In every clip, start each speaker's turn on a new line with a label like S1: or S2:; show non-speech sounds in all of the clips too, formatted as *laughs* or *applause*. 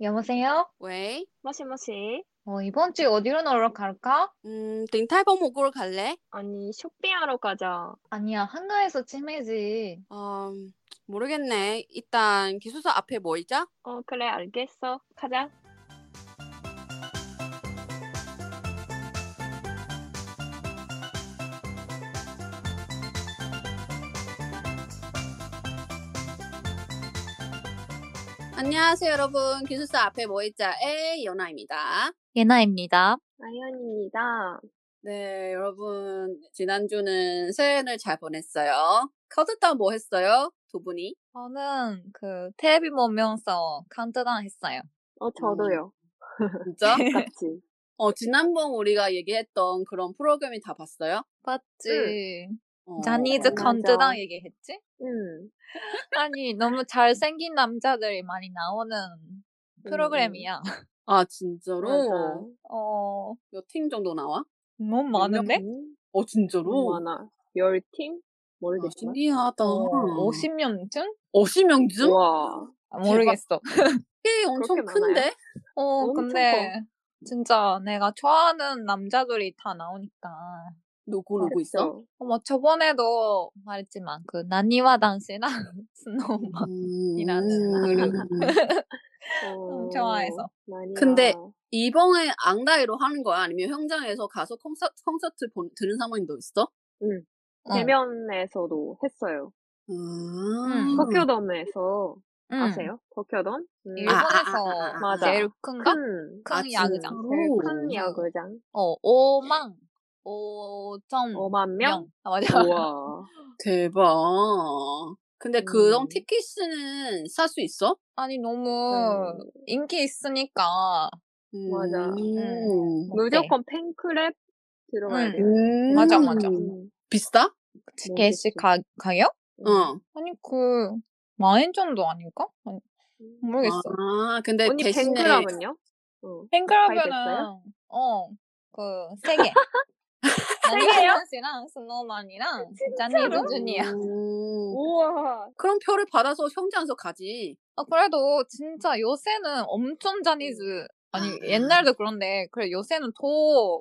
S1: 여보세요?
S2: 왜?
S3: 머시머시.
S1: 어, 이번 주에 어디로 놀러 갈까?
S2: 음, 링탈버 목으로 갈래?
S3: 아니, 쇼핑하러 가자.
S1: 아니야, 한가해서 치매지.
S2: 어, 모르겠네. 일단 기숙사 앞에 뭐 모이자.
S3: 어, 그래, 알겠어. 가자.
S2: 안녕하세요, 여러분. 기숙사 앞에 모이자의 연아입니다.
S1: 예나입니다.
S3: 아연입니다.
S2: 네, 여러분. 지난주는 새해를 잘 보냈어요. 카운트다운 뭐 했어요? 두 분이?
S1: 저는 그 텔레비전 명성 카운트다운 했어요.
S3: 어, 저도요. *laughs*
S1: 음.
S2: 진짜?
S1: *laughs*
S3: 같이.
S2: 어, 지난번 우리가 얘기했던 그런 프로그램이 다 봤어요?
S1: 봤지.
S2: 어,
S1: 자니즈
S3: 맞아.
S1: 카운트다운 얘기했지?
S3: 음.
S1: 아니, 너무 잘생긴 남자들이 많이 나오는 프로그램이야.
S2: 아,
S3: 맞아.
S2: 진짜로?
S1: 어,
S2: 몇 팀 정도 나와?
S1: 너무 많은데?
S3: 음,
S2: 어,
S3: 너무
S2: 진짜로?
S3: 많아. 열 팀?
S2: 아,
S3: 모르겠지만.
S2: 신기하다.
S1: 어, 50년쯤?
S2: 50명쯤?
S3: 와.
S1: 아, 모르겠어.
S2: 꽤 엄청
S3: 그렇게 많아요?
S2: 큰데?
S1: 어,
S3: 엄청
S1: 근데 진짜 내가 좋아하는 남자들이 다 나오니까.
S2: 누구 누구 있어?
S3: 그쵸?
S1: 뭐 저번에도 말했지만 그 나니와 *laughs* 단씨랑 스노우만
S2: 음.
S1: 이라는 그룹.
S3: 어,
S1: 너무 음, 좋아해서 음.
S3: 많이
S2: 근데
S3: 와.
S2: 이번에 앙다이로 하는 거야? 아니면 현장에서 가서 콘서트, 콘서트 보, 들은 사람도 있어?
S3: 대면에서도 했어요.
S1: 아. 음.
S3: 도쿄돔에서
S1: 응.
S3: 아세요? 도쿄돔? 음.
S2: 아,
S1: 일본에서 그
S2: 아, 아,
S3: 아, 아.
S1: 제일 큰가?
S3: 큰,
S1: 큰
S2: 아,
S1: 야구장.
S2: 진짜로?
S3: 제일
S2: 음.
S3: 큰 야구장.
S1: 어, 5만 5점
S3: 5만 명?
S1: 명. 아, *laughs* 맞아.
S3: 우와.
S2: 대박. 근데 그런
S3: 음.
S2: 티켓은 살 수 있어?
S1: 아니 너무
S3: 음.
S1: 인기 있으니까.
S2: 음.
S3: 맞아.
S2: 음.
S1: 어때?
S3: 무조건 팬클럽 들어가야
S1: 음.
S3: 돼요.
S1: 맞아, 맞아.
S3: 음.
S2: 비싸? 어.
S1: 티켓이 가, 가격?
S2: 응.
S1: 아니 그 만엔 정도 아닐까? 아니, 모르겠어.
S2: 아, 근데
S3: 언니
S2: 대신에
S3: 팬클럽은요? 어.
S1: 팬클럽에는
S3: 가입했어요?
S1: 어그세 개.
S3: 개요?
S1: 나니와 단씨랑 스노우만이랑
S3: 진짜로?
S1: 자니즈 주니어.
S2: 음.
S3: 우와.
S2: 그럼 표를 받아서 현장에서 가지.
S1: 아, 그래도 진짜 요새는 엄청 자니즈 아니
S2: 아.
S1: 옛날도 그런데 그래 요새는 더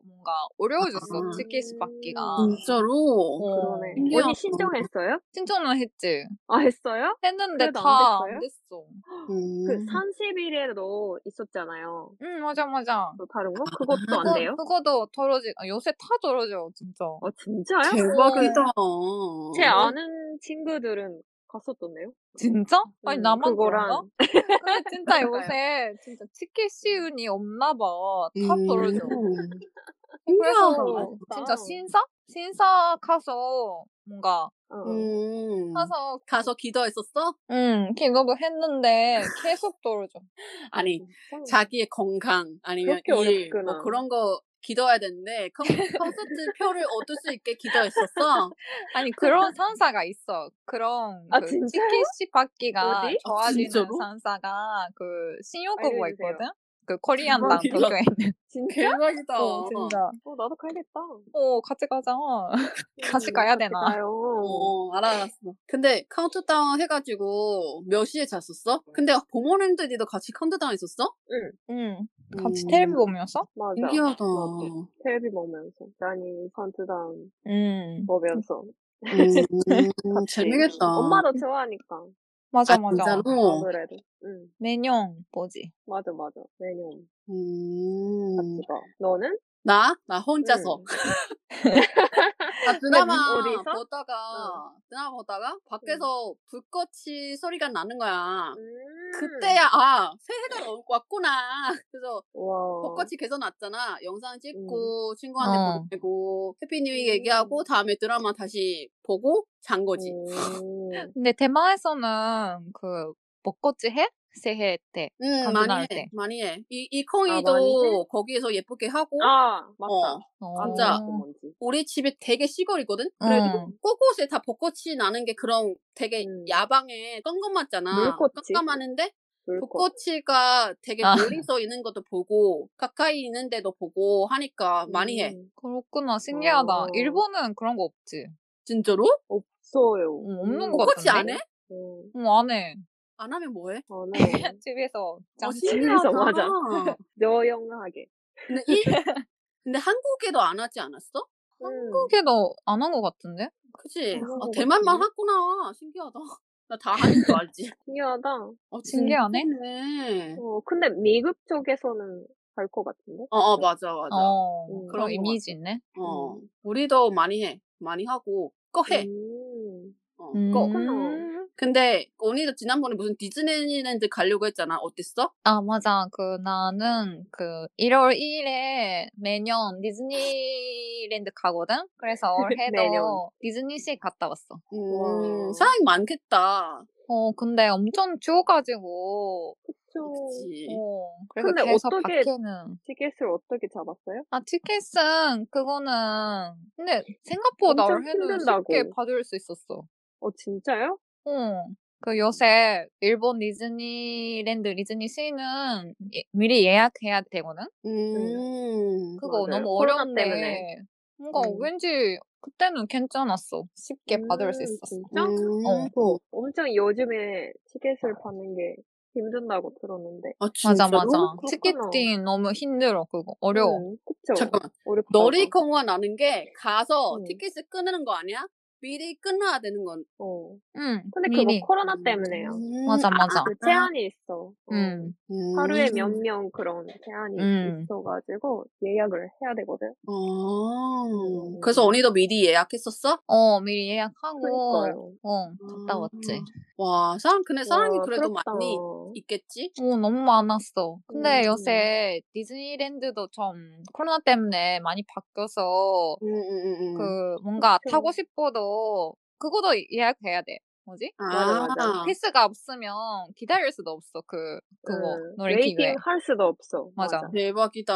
S1: 뭔가 어려워졌어
S2: 아.
S1: 티켓 받기가
S3: 음.
S2: 진짜로?
S1: 어.
S3: 그러네.
S2: 신기하다.
S3: 언니 신청했어요?
S1: 신청은 했지
S3: 아 했어요?
S1: 했는데
S3: 그래도 안
S1: 다 안
S3: 됐어요?
S1: 됐어
S2: 음.
S3: 그 30일에도 있었잖아요.
S1: 응 맞아 맞아
S3: 또 다른 거? 그것도
S1: 어.
S3: 안 돼요?
S1: 그거도 떨어지 아, 요새 다 떨어져 진짜
S3: 아 진짜요? 어.
S2: 대박이다.
S1: 그
S2: 어.
S3: 제 아는 친구들은 갔었던데요?
S1: 진짜? 아니
S3: 음,
S1: 나만 그런가?
S3: 그거랑
S1: 그래
S3: *laughs*
S1: 진짜
S3: 그러니까요.
S1: 요새 진짜 티켓 시운이 없나 봐다
S2: 음. *laughs*
S1: 떨어져
S2: 신기하다.
S1: 그래서 어.
S3: 아,
S1: 진짜
S3: 진짜.
S1: 신사? 신사 가서 뭔가
S3: 어.
S2: 음.
S1: 가서
S2: 가서 기도했었어?
S1: 응 기도도 했는데 계속 떨어져
S2: 아니
S3: 진짜?
S2: 자기의 건강 아니면
S3: 어. 그렇게
S2: 일, 뭐
S3: 어렵구나.
S2: 그런 거 기도해야 되는데 컨- 콘서트 표를 얻을 수 있게 기도했었어?
S1: 아니 그런 산사가 있어 그런
S3: 아,
S1: 그
S3: 진짜요?
S1: 티켓이 받기가
S3: 어디?
S1: 좋아지는
S2: 진짜로?
S1: 산사가 그 신요구가
S3: 알려주세요.
S1: 있거든 그 코리안당
S2: 대박이다.
S1: 도쿄에 있는
S3: 진짜?
S2: 대박이다.
S1: 어, 진짜
S3: 어, 나도 가야겠다.
S1: 어 같이 가자 같이 가야 되나?
S3: 가요.
S2: 어, 알아봤어. 근데 카운트다운 해가지고 몇 시에 잤었어? 근데 부모님들이도 같이 카운트다운 했었어?
S1: 응 같이
S2: 음.
S1: 텔레비 보면서
S3: 맞아.
S2: 신기하다.
S3: 맞아. 텔레비 보면서 난이 컨트다운
S1: 응
S3: 보면서
S2: 음,
S3: 같이.
S2: 재밌겠다.
S3: 엄마도 좋아하니까
S1: 맞아
S2: 아,
S1: 맞아
S2: 진짜로?
S3: 아무래도 응
S1: 매년 보지
S3: 맞아 맞아 매년
S2: 음.
S3: 같이 가 너는
S2: 나? 나 혼자서.
S3: 응.
S2: 아, 드라마
S3: 어디서?
S2: 보다가, 드라마 보다가 밖에서 불꽃이 소리가 나는 거야.
S3: 음.
S2: 그때야, 아, 새해가 올- 왔구나. *laughs* 그래서
S3: 음. 와
S2: 벚꽃이 계속 났잖아. 영상 찍고, 친구한테
S1: 어.
S2: 보내고, 해피뉴이 얘기하고, 다음에 드라마 다시 보고,
S3: 어.
S2: 잔 거지. 어.
S3: 오.
S1: 근데 대만에서는 그 벚꽃이 해? 새해 때.
S2: 응,
S1: 감기
S2: 많이
S1: 나을
S2: 해.
S1: 때.
S2: 많이 해. 이,
S3: 아, 많이
S2: 이콩이도 거기에서 예쁘게 하고,
S3: 아 맞다
S2: 어,
S1: 어.
S2: 진짜.
S3: 아, 뭔지
S2: 우리 집이 되게 시골이거든? 그래도 곳곳에 다 벚꽃이 나는 게 그런 되게
S3: 음.
S2: 야방에 깜깜하잖아.
S3: 물꽃이?
S2: 깜깜하는데
S3: 불꽃
S2: 벚꽃이가 되게
S1: 아.
S2: 멀리서 있는 것도 보고 가까이 있는데도 보고 하니까 많이 해.
S3: 음.
S1: 그렇구나. 신기하다.
S3: 어.
S1: 일본은 그런 거 없지.
S2: 진짜로?
S1: 어,
S3: 없어요
S1: 없는
S3: 음.
S1: 거
S2: 벚꽃이
S1: 같은데?
S2: 안 해?
S3: 음.
S1: 어, 안 해.
S2: 안 하면 뭐해? *laughs*
S3: 저는
S1: 집에서 장
S3: 집에서 맞아.
S2: 신기하다.
S3: 여영하게.
S2: 근데 이 근데 한국에도 안 하지 않았어?
S3: 음,
S1: 한국에도 안 한 것 같은데?
S2: 그지?
S3: 그런
S2: 아,
S3: 것
S2: 대만만
S3: 같은데?
S2: 하구나. 신기하다. *laughs* 나 다 하는 줄 알지.
S3: 신기하다.
S2: 어,
S1: 신기하네.
S2: 신기하네.
S3: 어, 근데 미국 쪽에서는 갈 것 같은데?
S2: 어, 어, 맞아, 맞아. 어.
S1: 어,
S3: 음,
S1: 그런
S2: 그런 것
S1: 이미지 있네.
S3: 음.
S2: 우리도 많이 해. 많이 하고, 꺼 어. 해.
S3: 음.
S2: 어,
S1: 음.
S2: 꺼. 근데, 언니도 지난번에 무슨 디즈니랜드 가려고 했잖아. 어땠어?
S1: 아, 맞아. 그, 나는 그 1월 2일에 매년 디즈니랜드 가거든?
S3: *laughs*
S1: 그래서
S3: 매년.
S1: 올해도 디즈니시 갔다 왔어.
S2: 음,
S3: 와.
S2: 사람이 많겠다.
S1: 어, 근데 엄청 추워가지고,
S3: 저
S2: 그치.
S1: 어, 그래서
S3: 예. 근데
S1: 계속
S3: 어떻게-
S1: 밖에는.
S3: 티켓을 어떻게 잡았어요?
S1: 아, 티켓은 그거는, 근데 생각보다
S3: 엄청
S1: 올해는 쉽게
S3: 힘든다고.
S1: 받을 수 있었어.
S3: 어, 진짜요?
S1: 어. 그 요새 일본 디즈니랜드 디즈니시는 예- 미리 예약해야 되거든?
S2: 음.
S1: 그거
S3: 맞아요.
S1: 너무
S3: 코로나
S1: 어려운데
S3: 때문에.
S1: 뭔가
S3: 음.
S1: 왠지 그때는 괜찮았어. 쉽게 받을 수
S3: 음,
S1: 있었어.
S3: 진짜?
S2: 음. 어.
S3: 엄청 요즘에 티켓을 받는 게 힘든다고 들었는데.
S2: 아,
S1: 맞아
S2: 진짜로?
S1: 맞아.
S3: 그렇구나.
S1: 티켓팅 너무 힘들어 그거 어려워.
S3: 음, 그쵸?
S2: 잠깐만.
S3: 어렵다.
S2: 놀이공원 아는 게 가서
S3: 음.
S2: 티켓을 끊는 거 아니야? 미리 끊어야 되는 건.
S3: 어.
S1: 응.
S3: 근데
S1: 미리.
S3: 그거 코로나 때문에요.
S2: 음,
S1: 맞아 맞아.
S3: 그 제한이 있어. 어.
S1: 음.
S2: 음.
S3: 하루에 몇 명 그런 제한이
S1: 음.
S3: 있어가지고 예약을 해야 되거든.
S2: 어.
S3: 음.
S2: 그래서 언니도 미리 예약했었어?
S1: 어 미리 예약하고
S3: 그러니까요. 아.
S1: 어 갔다 왔지.
S2: 아. 와, 사람 근데 사람이
S3: 와,
S2: 그래도
S3: 부럽다. 예.
S2: 많이 있겠지?
S1: 오 어, 너무 많았어. 근데
S3: 음.
S1: 요새 디즈니랜드도 좀 코로나 때문에 많이 바뀌어서
S2: 음, 음, 음, 음.
S1: 그 뭔가
S3: 그쵸.
S1: 타고 싶어도 그거도 예약해야 돼. 뭐지?
S2: 아,
S3: 맞아, 맞아.
S1: 패스가 없으면 기다릴 수도 없어. 그 그거
S3: 응.
S1: 놀이기구에.
S3: 웨이팅 할 수도 없어.
S1: 맞아.
S2: 대박이다.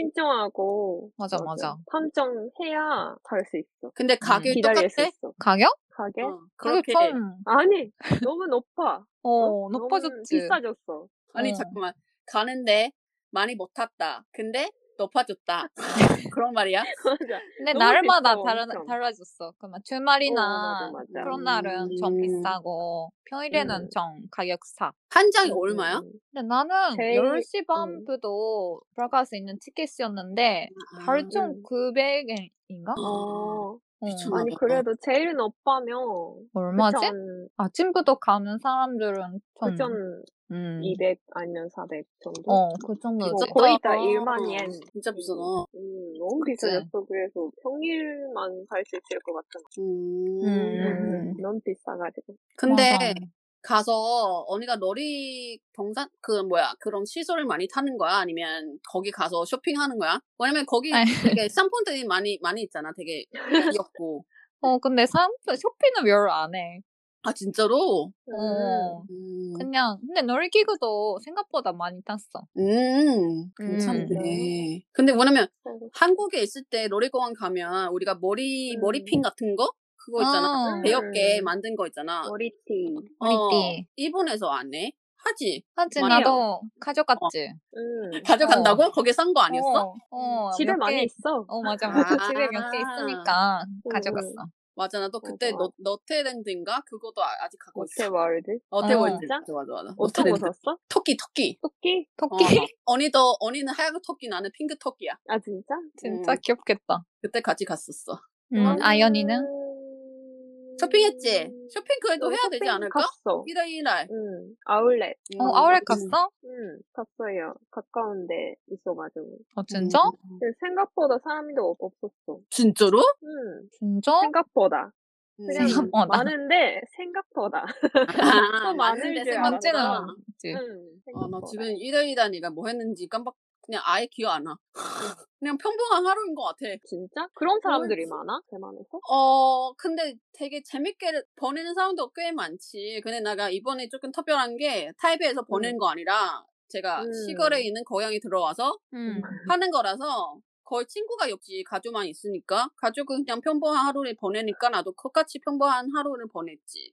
S3: 신청하고
S1: 맞아, 맞아.
S3: 탐정해야 갈 수 있어.
S2: 근데 가격이
S3: 음, 기다릴 수
S2: 똑같대?
S3: 있어.
S1: 가격?
S3: 가게?
S2: 어,
S1: 가격
S2: 그렇게.
S1: 좀
S3: 아니 너무 높아.
S1: 어,
S3: 어? 너무
S1: 높아졌지.
S3: 비싸졌어.
S2: 아니
S1: 어.
S2: 잠깐만 가는데 많이 못 탔다. 근데 높아졌다. *laughs* 그런 말이야?
S3: *laughs* 맞아.
S1: 근데
S3: 너무
S1: 날마다
S3: 비싸,
S1: 달라,
S3: 엄청.
S1: 달라졌어. 그막
S3: 어,
S1: 주말이나
S3: 맞아, 맞아.
S1: 그런 날은 좀
S2: 음.
S1: 비싸고 평일에는
S3: 음.
S1: 좀 가격 사.
S2: 한 장이
S3: 음,
S2: 얼마야?
S3: 음.
S1: 근데 나는
S3: 제일- 음.
S1: 10시 반부터 들어갈 수 있는 티켓이었는데
S3: 아,
S2: 음.
S1: 8,900엔인가?
S2: 어, 미쳤나
S3: 아니
S2: 봐.
S3: 그래도 제일 높아면
S1: 얼마지? 아침부터 가는 사람들은 좀
S3: 9,200
S1: 음.
S3: 아니면 400 정도.
S1: 어, 그 정도지.
S3: 뭐 거의 다
S2: 비싸다.
S1: 어.
S3: 1만 엔.
S2: 진짜 비싸다.
S3: 음, 너무
S1: 그치.
S3: 비싸졌어. 그래서 평일만 갈 수 있을 것 같은.
S2: 음.
S1: 음.
S3: 너무 비싸가지고.
S2: 근데
S1: 맞아.
S2: 가서 언니가 놀이 경산 그 뭐야 그런 시설을 많이 타는 거야 아니면 거기 가서 쇼핑하는 거야? 왜냐면 거기
S1: 아니.
S2: 되게 상품들이 많이 많이 있잖아 되게 귀엽고
S1: 어, 근데 사 쇼핑은 별로 안 해.
S2: 아
S1: *laughs*
S2: 진짜로?
S1: 어.
S2: 음,
S1: 그냥 근데 놀이기구도 생각보다 많이 탔어.
S2: 음 괜찮네.
S3: 진짜요?
S2: 근데 왜냐면
S3: 음.
S2: 한국에 있을 때 놀이공원 가면 우리가 머리
S3: 음.
S2: 머리핀 같은 거 그거 있잖아
S1: 어,
S3: 배역-
S2: 배엽게
S3: 음.
S2: 만든 거 있잖아.
S3: 머리띠.
S2: 어,
S1: 머리띠.
S2: 일본에서 안 해? 하지?
S1: 하지
S2: 많이
S1: 나도 어, 가져갔지.
S3: 음.
S2: 가져간다고? 거기에 산 거 어, 아니었어?
S1: 어, 어,
S3: 집에
S1: 몇 개-
S3: 많이 있어.
S1: 어
S2: *laughs*
S1: 맞아 맞아
S2: 아.
S1: 집에 몇 개 있으니까
S3: 음,
S1: 가져갔어.
S2: 맞아 나도 그때
S3: 맞아.
S2: 너, 너테랜드인가 그거도 아- 아직 갖고 있어
S3: 어테월드.
S2: 너테월드
S3: 진짜?
S2: 맞아 맞아 맞아
S3: 어떤 거
S2: 너테랜드.
S3: 샀어?
S2: 토끼 토끼
S3: 토끼?
S1: 토끼
S2: 어, 언니도 언니는 하얀 토끼 나는 핑크 토끼야
S3: 아 진짜?
S1: *laughs* 진짜
S2: 음.
S1: 귀엽겠다.
S2: 그때 같이 갔었어
S1: 음, 아연이는
S3: 음.
S2: 쇼핑했지 쇼핑 그래도
S3: 어,
S2: 해야 되지
S3: 쇼핑
S2: 않을까
S3: 갔어.
S2: 이날 이날
S3: 응. 아울렛.
S1: 어 아울렛
S2: 음.
S1: 갔어?
S3: 응. 갔어요. 가까운데 있어가지고.
S1: 어 진짜?
S2: 음.
S3: 근데 생각보다 사람도 없- 없었어.
S2: 진짜로
S3: 응.
S1: 진짜?
S2: 어?
S3: 생각보다. 그냥 *laughs*
S1: 생각보다.
S3: 많은데 생각보다.
S2: 음. 아,
S3: 또 많을 줄
S1: 맞지는
S3: 알았다.
S2: 아
S1: 않지.
S3: 응.
S2: 나
S3: 생각보다.
S2: 지금 이날 이날 네가 뭐 했는지 깜빡 그냥 아예 기억 안나 음, 그냥 평범한 하루인 것 같아
S3: 진짜? 그런 사람들이 많아? 대만에서?
S2: 어, 근데 되게 재밌게 보내는 사람도 꽤 많지. 근데 내가 이번에 조금 특별한 게 타이베이에서 보내는 거 아니라 제가
S3: 음.
S2: 시골에 있는 고향에 들어와서
S1: 음.
S2: 하는 거라서 거의 친구가 없지. 가족만 있으니까. 가족은 그냥 평범한 하루를 보내니까 나도 똑같이 평범한 하루를 보냈지.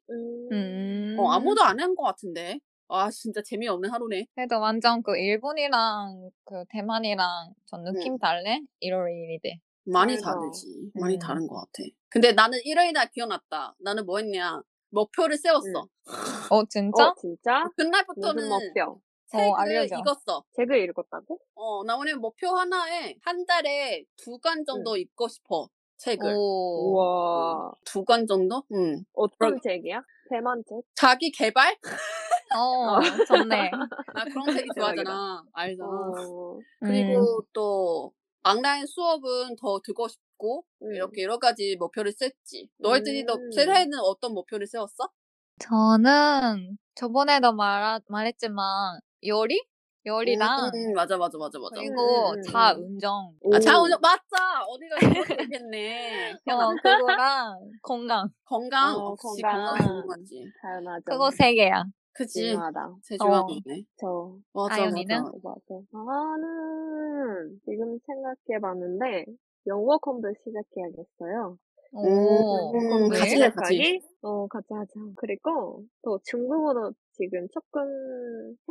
S1: 음.
S2: 어, 아무도 안 한 거 같은데. 아, 진짜 재미없는 하루네.
S1: 그래도 완전 그 일본이랑 그 대만이랑 전 느낌
S2: 음.
S1: 달래? 1월 1일이 돼.
S2: 많이
S3: 대박.
S2: 다르지. 많이
S1: 음.
S2: 다른 것 같아. 근데 나는 일요일 날 기억났다. 나는 뭐 했냐. 목표를 세웠어.
S3: 응.
S1: 어, 진짜?
S3: 어, 진짜?
S2: 그날부터는
S3: 무슨 목표?
S2: 책을
S1: 알려줘.
S2: 읽었어.
S3: 책을 읽었다고?
S2: 어, 나 오늘 목표 하나에 한 달에 두 권 정도 읽고 싶어. 책을.
S1: 오.
S3: 우와.
S2: 두 권 정도? 응.
S3: 어떤 책이야? 대만 책?
S2: 자기 개발?
S1: 어, 좋네.
S2: 나 그런 책이 좋아하잖아. 알잖아.
S3: 어,
S2: 그리고 또 악라인 수업은 더 듣고 싶고 이렇게 여러 가지 목표를 셌지. 너희들이 너
S3: 음.
S2: 세례는 어떤 목표를 세웠어?
S1: 저는 저번에도 말 말했지만 요리? 요리랑
S2: 음, 맞아 맞아 맞아 맞아.
S1: 그리고
S3: 음, 음,
S1: 차
S3: 음.
S1: 운전.
S3: 오.
S2: 아, 자원이 맞다. 어디가 모르겠네. *laughs*
S1: 어, 그거랑 건강.
S2: 건강
S3: 어,
S2: 없이
S3: 건강.
S2: 건강 건강하지.
S3: 다양하죠.
S1: 그거 세 개야.
S2: 그치.
S3: 아, 중요하다.
S2: 제일
S1: 어.
S2: 중요한 거네.
S3: 저
S2: 맞아
S1: 아연이는?
S2: 맞아.
S3: 맞아. 저는 지금 생각해봤는데 영어 공부 시작해야겠어요.
S1: 오.
S2: 음,
S3: 공부
S1: 같이
S2: 해,
S3: 시작하기?
S2: 같이.
S3: 어, 같이 하자. 그리고 또 중국어도 지금 조금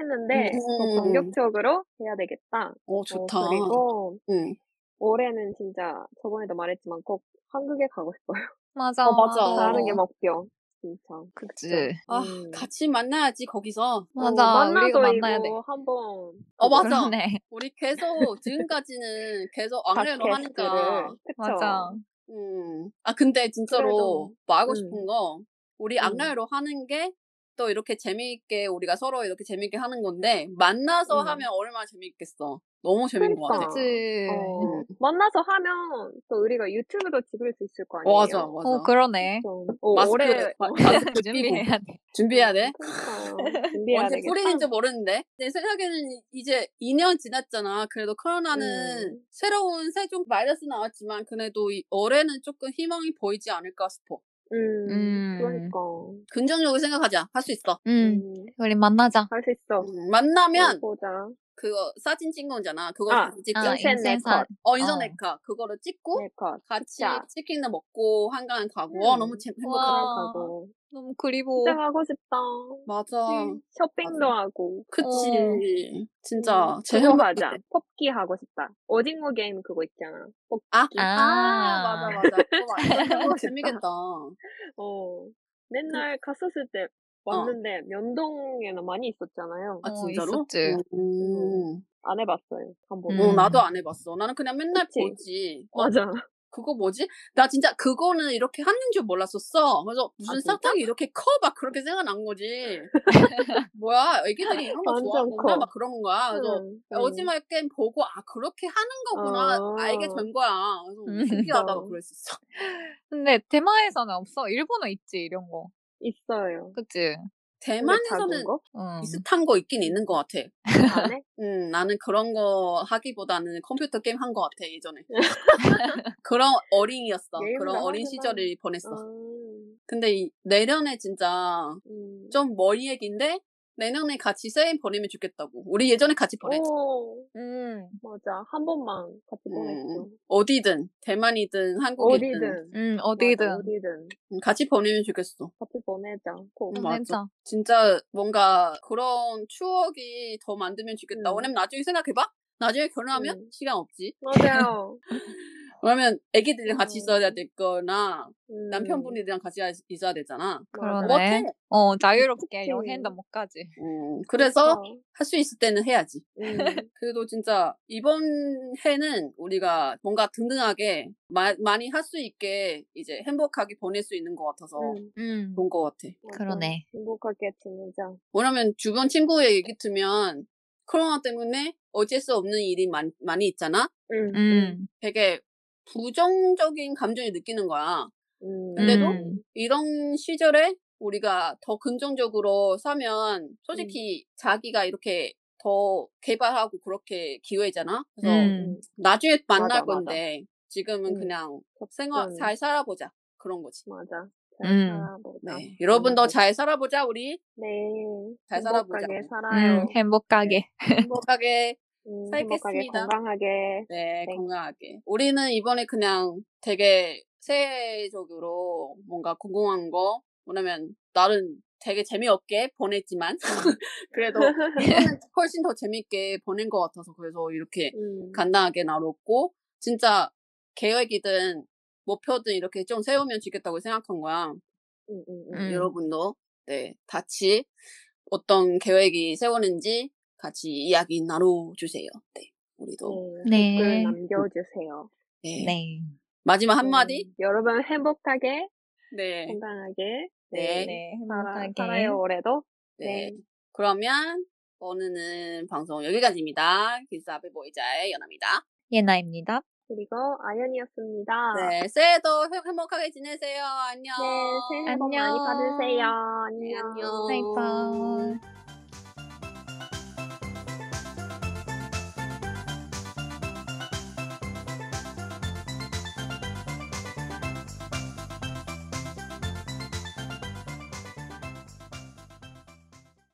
S3: 했는데
S2: 음.
S3: 더 본격적으로 해야 되겠다.
S2: 오
S3: 어,
S2: 좋다.
S3: 그리고 음.
S2: 응.
S3: 올해는 진짜 저번에도 말했지만 꼭 한국에 가고 싶어요.
S1: 맞아.
S2: 어, 맞아.
S3: *laughs* 가는 게 목표. 진짜.
S1: 그치.
S2: 아
S3: 음.
S2: 같이 만나야지 거기서.
S1: 맞아.
S3: 어,
S1: 우리가
S3: 만나도
S1: 만나야 돼.
S3: 이거 한번
S2: 어 맞아.
S1: *laughs* 그러네.
S2: 우리
S3: *laughs*
S2: 계속 지금까지는 계속 악래로
S3: 팟캐스트를.
S2: 하니까.
S3: 그쵸? 네.
S1: 맞아.
S2: 음. 아 근데 진짜로
S3: 그래도-
S2: 뭐 하고
S3: 음.
S2: 싶은 거 우리
S3: 음.
S2: 악래로 하는 게 또 이렇게 재미있게 우리가 서로 이렇게 재미있게 하는 건데 만나서
S3: 음. 하면
S2: 하면 얼마나 재미있겠어. 너무 재밌는 거 같아.
S3: 그러니까.
S1: 그치. 어,
S3: 어,
S2: 음.
S3: 만나서 하면 또 우리가 유튜브도 찍을 수 있을 거 아니에요?
S2: 어, 맞아 맞아.
S1: 어, 그러네.
S3: 좀, 어,
S2: 마스크
S3: 올해
S2: 마- 마스크 *laughs* 끼고
S1: 준비해야 돼.
S2: 뭐 준비해야 돼. *laughs*
S3: 그러니까 준비해야
S2: 언제
S3: 되겠다.
S2: 풀리는지 모르는데 내 생각에는 이제 2년 지났잖아. 그래도 코로나는
S3: 음.
S2: 새로운 세종 바이러스 나왔지만 그래도 이 올해는 조금 희망이 보이지 않을까 싶어.
S3: 음,
S1: 음.
S3: 그러니까.
S2: 긍정적으로 생각하자. 할 수 있어.
S1: 응.
S3: 음,
S1: 우리 만나자.
S3: 할 수 있어.
S2: 음, 만나면 어?
S3: 보자.
S2: 그거 사진 찍은 거잖아. 그거
S3: 아,
S2: 찍고
S1: 아,
S3: 인생
S1: 인생
S3: 네컷.
S1: 사-
S2: 어 인터넷카 그거를 찍고
S3: 내 네, 컷.
S2: 같이
S3: 진짜.
S2: 치킨을 먹고 한강 가고 와,
S3: 음.
S2: 너무 재- 행복한
S1: 와.
S3: 생각하고.
S1: 너무 그리워.
S3: 진짜 가고 싶다.
S2: 맞아.
S3: 음, 쇼핑도
S2: 어. 맞아.
S3: 하고.
S2: 그치. 진짜
S3: 음,
S2: 제일
S3: 그거
S2: 행복할
S3: 하자.
S2: 때.
S3: 뽑기 하고 싶다. 오징어 게임 그거 있잖아. 어, 뽑,
S2: 아,
S1: 아.
S2: 아, 맞아, 맞아. 그거
S3: *laughs*
S2: 맞아. 그거 재밌겠다.
S3: 어.
S2: 네.
S3: 맨날 갔었을
S2: 어.
S3: 때 왔는데 면동에는 많이 있었잖아요.
S2: 아,
S1: 어,
S2: 진짜로?
S1: 있었지.
S2: 음.
S3: 안 해봤어요. 한번.
S1: 음.
S2: 어, 나도 안 해봤어. 나는 그냥 맨날
S3: 그치?
S2: 보지. 어,
S3: 맞아.
S2: 그거 뭐지? 나 진짜 그거는 이렇게 하는 줄 몰랐었어. 그래서 무슨
S3: 아, 진짜?
S2: 사탕이 이렇게 커? 막 그렇게 생각난
S3: *laughs*
S2: 거지. 뭐야, 애기들이 이런 거
S3: 완전
S2: 좋아하구나?
S3: 커.
S2: 막 그런 거야. 그래서
S3: 음, 음.
S2: 오징어 게임 보고, 아, 그렇게 하는 거구나.
S3: 어.
S2: 알게 된 거야.
S1: 음.
S2: 그래서 신기하다고
S3: *laughs* 어.
S2: 그랬었어.
S1: 근데 대만에서는 없어. 일본은 있지 이런 거.
S3: 있어요.
S1: 그치?
S3: 근데 작은
S2: 대만에서는
S3: 거? 음.
S1: 응.
S2: 비슷한 거 있긴 있는 것 같아.
S3: 안 *laughs* 해?
S2: 음, 나는 그런 거 하기보다는 컴퓨터 게임 한 거 같아, 예전에. *laughs* 그런 어린이였어.
S3: 음. 게임을
S2: 그런 어린
S3: 하지만-
S2: 시절을 보냈어.
S3: 음,
S2: 근데 이, 내년에 진짜
S3: 음.
S2: 좀 먼 얘기인데, 내년에 같이 세임 보내면 좋겠다고. 우리 예전에 같이 보냈지.
S3: 오,
S1: 음.
S3: 맞아. 한 번만 같이 보냈죠.
S2: 음, 어디든, 대만이든, 한국이든.
S3: 어디든.
S1: 음,
S3: 맞아,
S1: 어디든.
S3: 어디든.
S2: 음, 같이 보내면 좋겠어.
S3: 같이 보내자. 꼭.
S2: 음. 맞아.
S1: 괜찮아.
S2: 진짜 뭔가 그런 추억이 더 만들면 좋겠다.
S3: 음.
S2: 왜냐면 나중에 생각해봐. 나중에 결혼하면
S3: 음.
S2: 시간 없지. *laughs*
S3: 맞아요.
S2: 왜냐면 애기들이랑 같이
S3: 음.
S2: 있어야 될 거나,
S3: 음,
S2: 남편분이랑 같이 하- 있어야 되잖아.
S3: 맞아.
S1: 그러네. 어, 자유롭게
S3: 그치.
S1: 여행도 못 가지.
S2: 음, 그래서
S3: 그렇죠.
S2: 할 수 있을 때는 해야지.
S3: 그러니까.
S2: *laughs*
S3: 음,
S2: 그래도 진짜 이번 해는 우리가 뭔가 든든하게 마- 많이 할 수 있게 이제 행복하게 보낼 수 있는 것 같아서
S3: 음,
S1: 음.
S2: 좋은 것 같아.
S3: 맞아.
S1: 그러네.
S3: 행복하게 지내자.
S2: 왜냐면 주변 친구의 얘기 들면 코로나 때문에 어쩔 수 없는 일이 많, 많이 있잖아.
S3: 음,
S1: 음.
S2: 되게 부정적인 감정이 느끼는 거야.
S3: 음.
S2: 근데도
S1: 음.
S2: 이런 시절에 우리가 더 긍정적으로 사면
S3: 음.
S2: 솔직히 자기가 이렇게 더 개발하고 그렇게 기회잖아. 그래서
S1: 음.
S2: 나중에 만날
S3: 맞아, 맞아.
S2: 건데 지금은
S3: 음.
S2: 그냥 생활
S3: 적당히.
S2: 잘 살아보자 그런 거지.
S3: 맞아.
S1: 음.
S3: 잘 살아보자.
S2: 네, 여러분도
S3: 음.
S2: 잘 살아보자 우리
S3: 네.
S2: 잘 살아보자.
S3: 행복하게 살아요.
S1: 음, 행복하게.
S2: 행복하게
S3: 음, 행복하게
S2: 살겠습니다.
S3: 건강하게.
S2: 네,
S3: 네.
S2: 건강하게. 우리는 이번에 그냥 되게 새해적으로 뭔가 궁금한 거 뭐냐면 나는 되게 재미없게 보냈지만 *laughs* 그래도 *laughs* 이번엔 훨씬 더 재밌게 보낸 것 같아서 그래서 이렇게
S3: 음.
S2: 간단하게 나눴고 진짜 계획이든 목표든 이렇게 좀 세우면 좋겠다고 생각한 거야.
S3: 음, 음, 음.
S1: 음.
S2: 여러분도 네 같이 어떤 계획이 세우는지 같이 이야기 나눠주세요. 네, 우리도
S3: 네. 댓글
S1: 네.
S3: 남겨주세요.
S2: 네.
S1: 네.
S2: 마지막 한마디.
S3: 음, 여러분 행복하게,
S2: 네.
S3: 건강하게,
S2: 네.
S1: 네.
S3: 살아,
S1: 행복하게.
S3: 살아요 올해도.
S2: 네. 그러면 오늘은 방송 여기까지입니다. 기사베 보이자의 연아입니다.
S1: 예나입니다.
S3: 그리고 아연이었습니다.
S2: 네, 새해도 행- 행복하게 지내세요. 안녕.
S3: 네, 새해 복 많이
S1: 안녕.
S3: 받으세요.
S2: 네,
S3: 안녕.
S2: 안녕.
S1: 바이바이.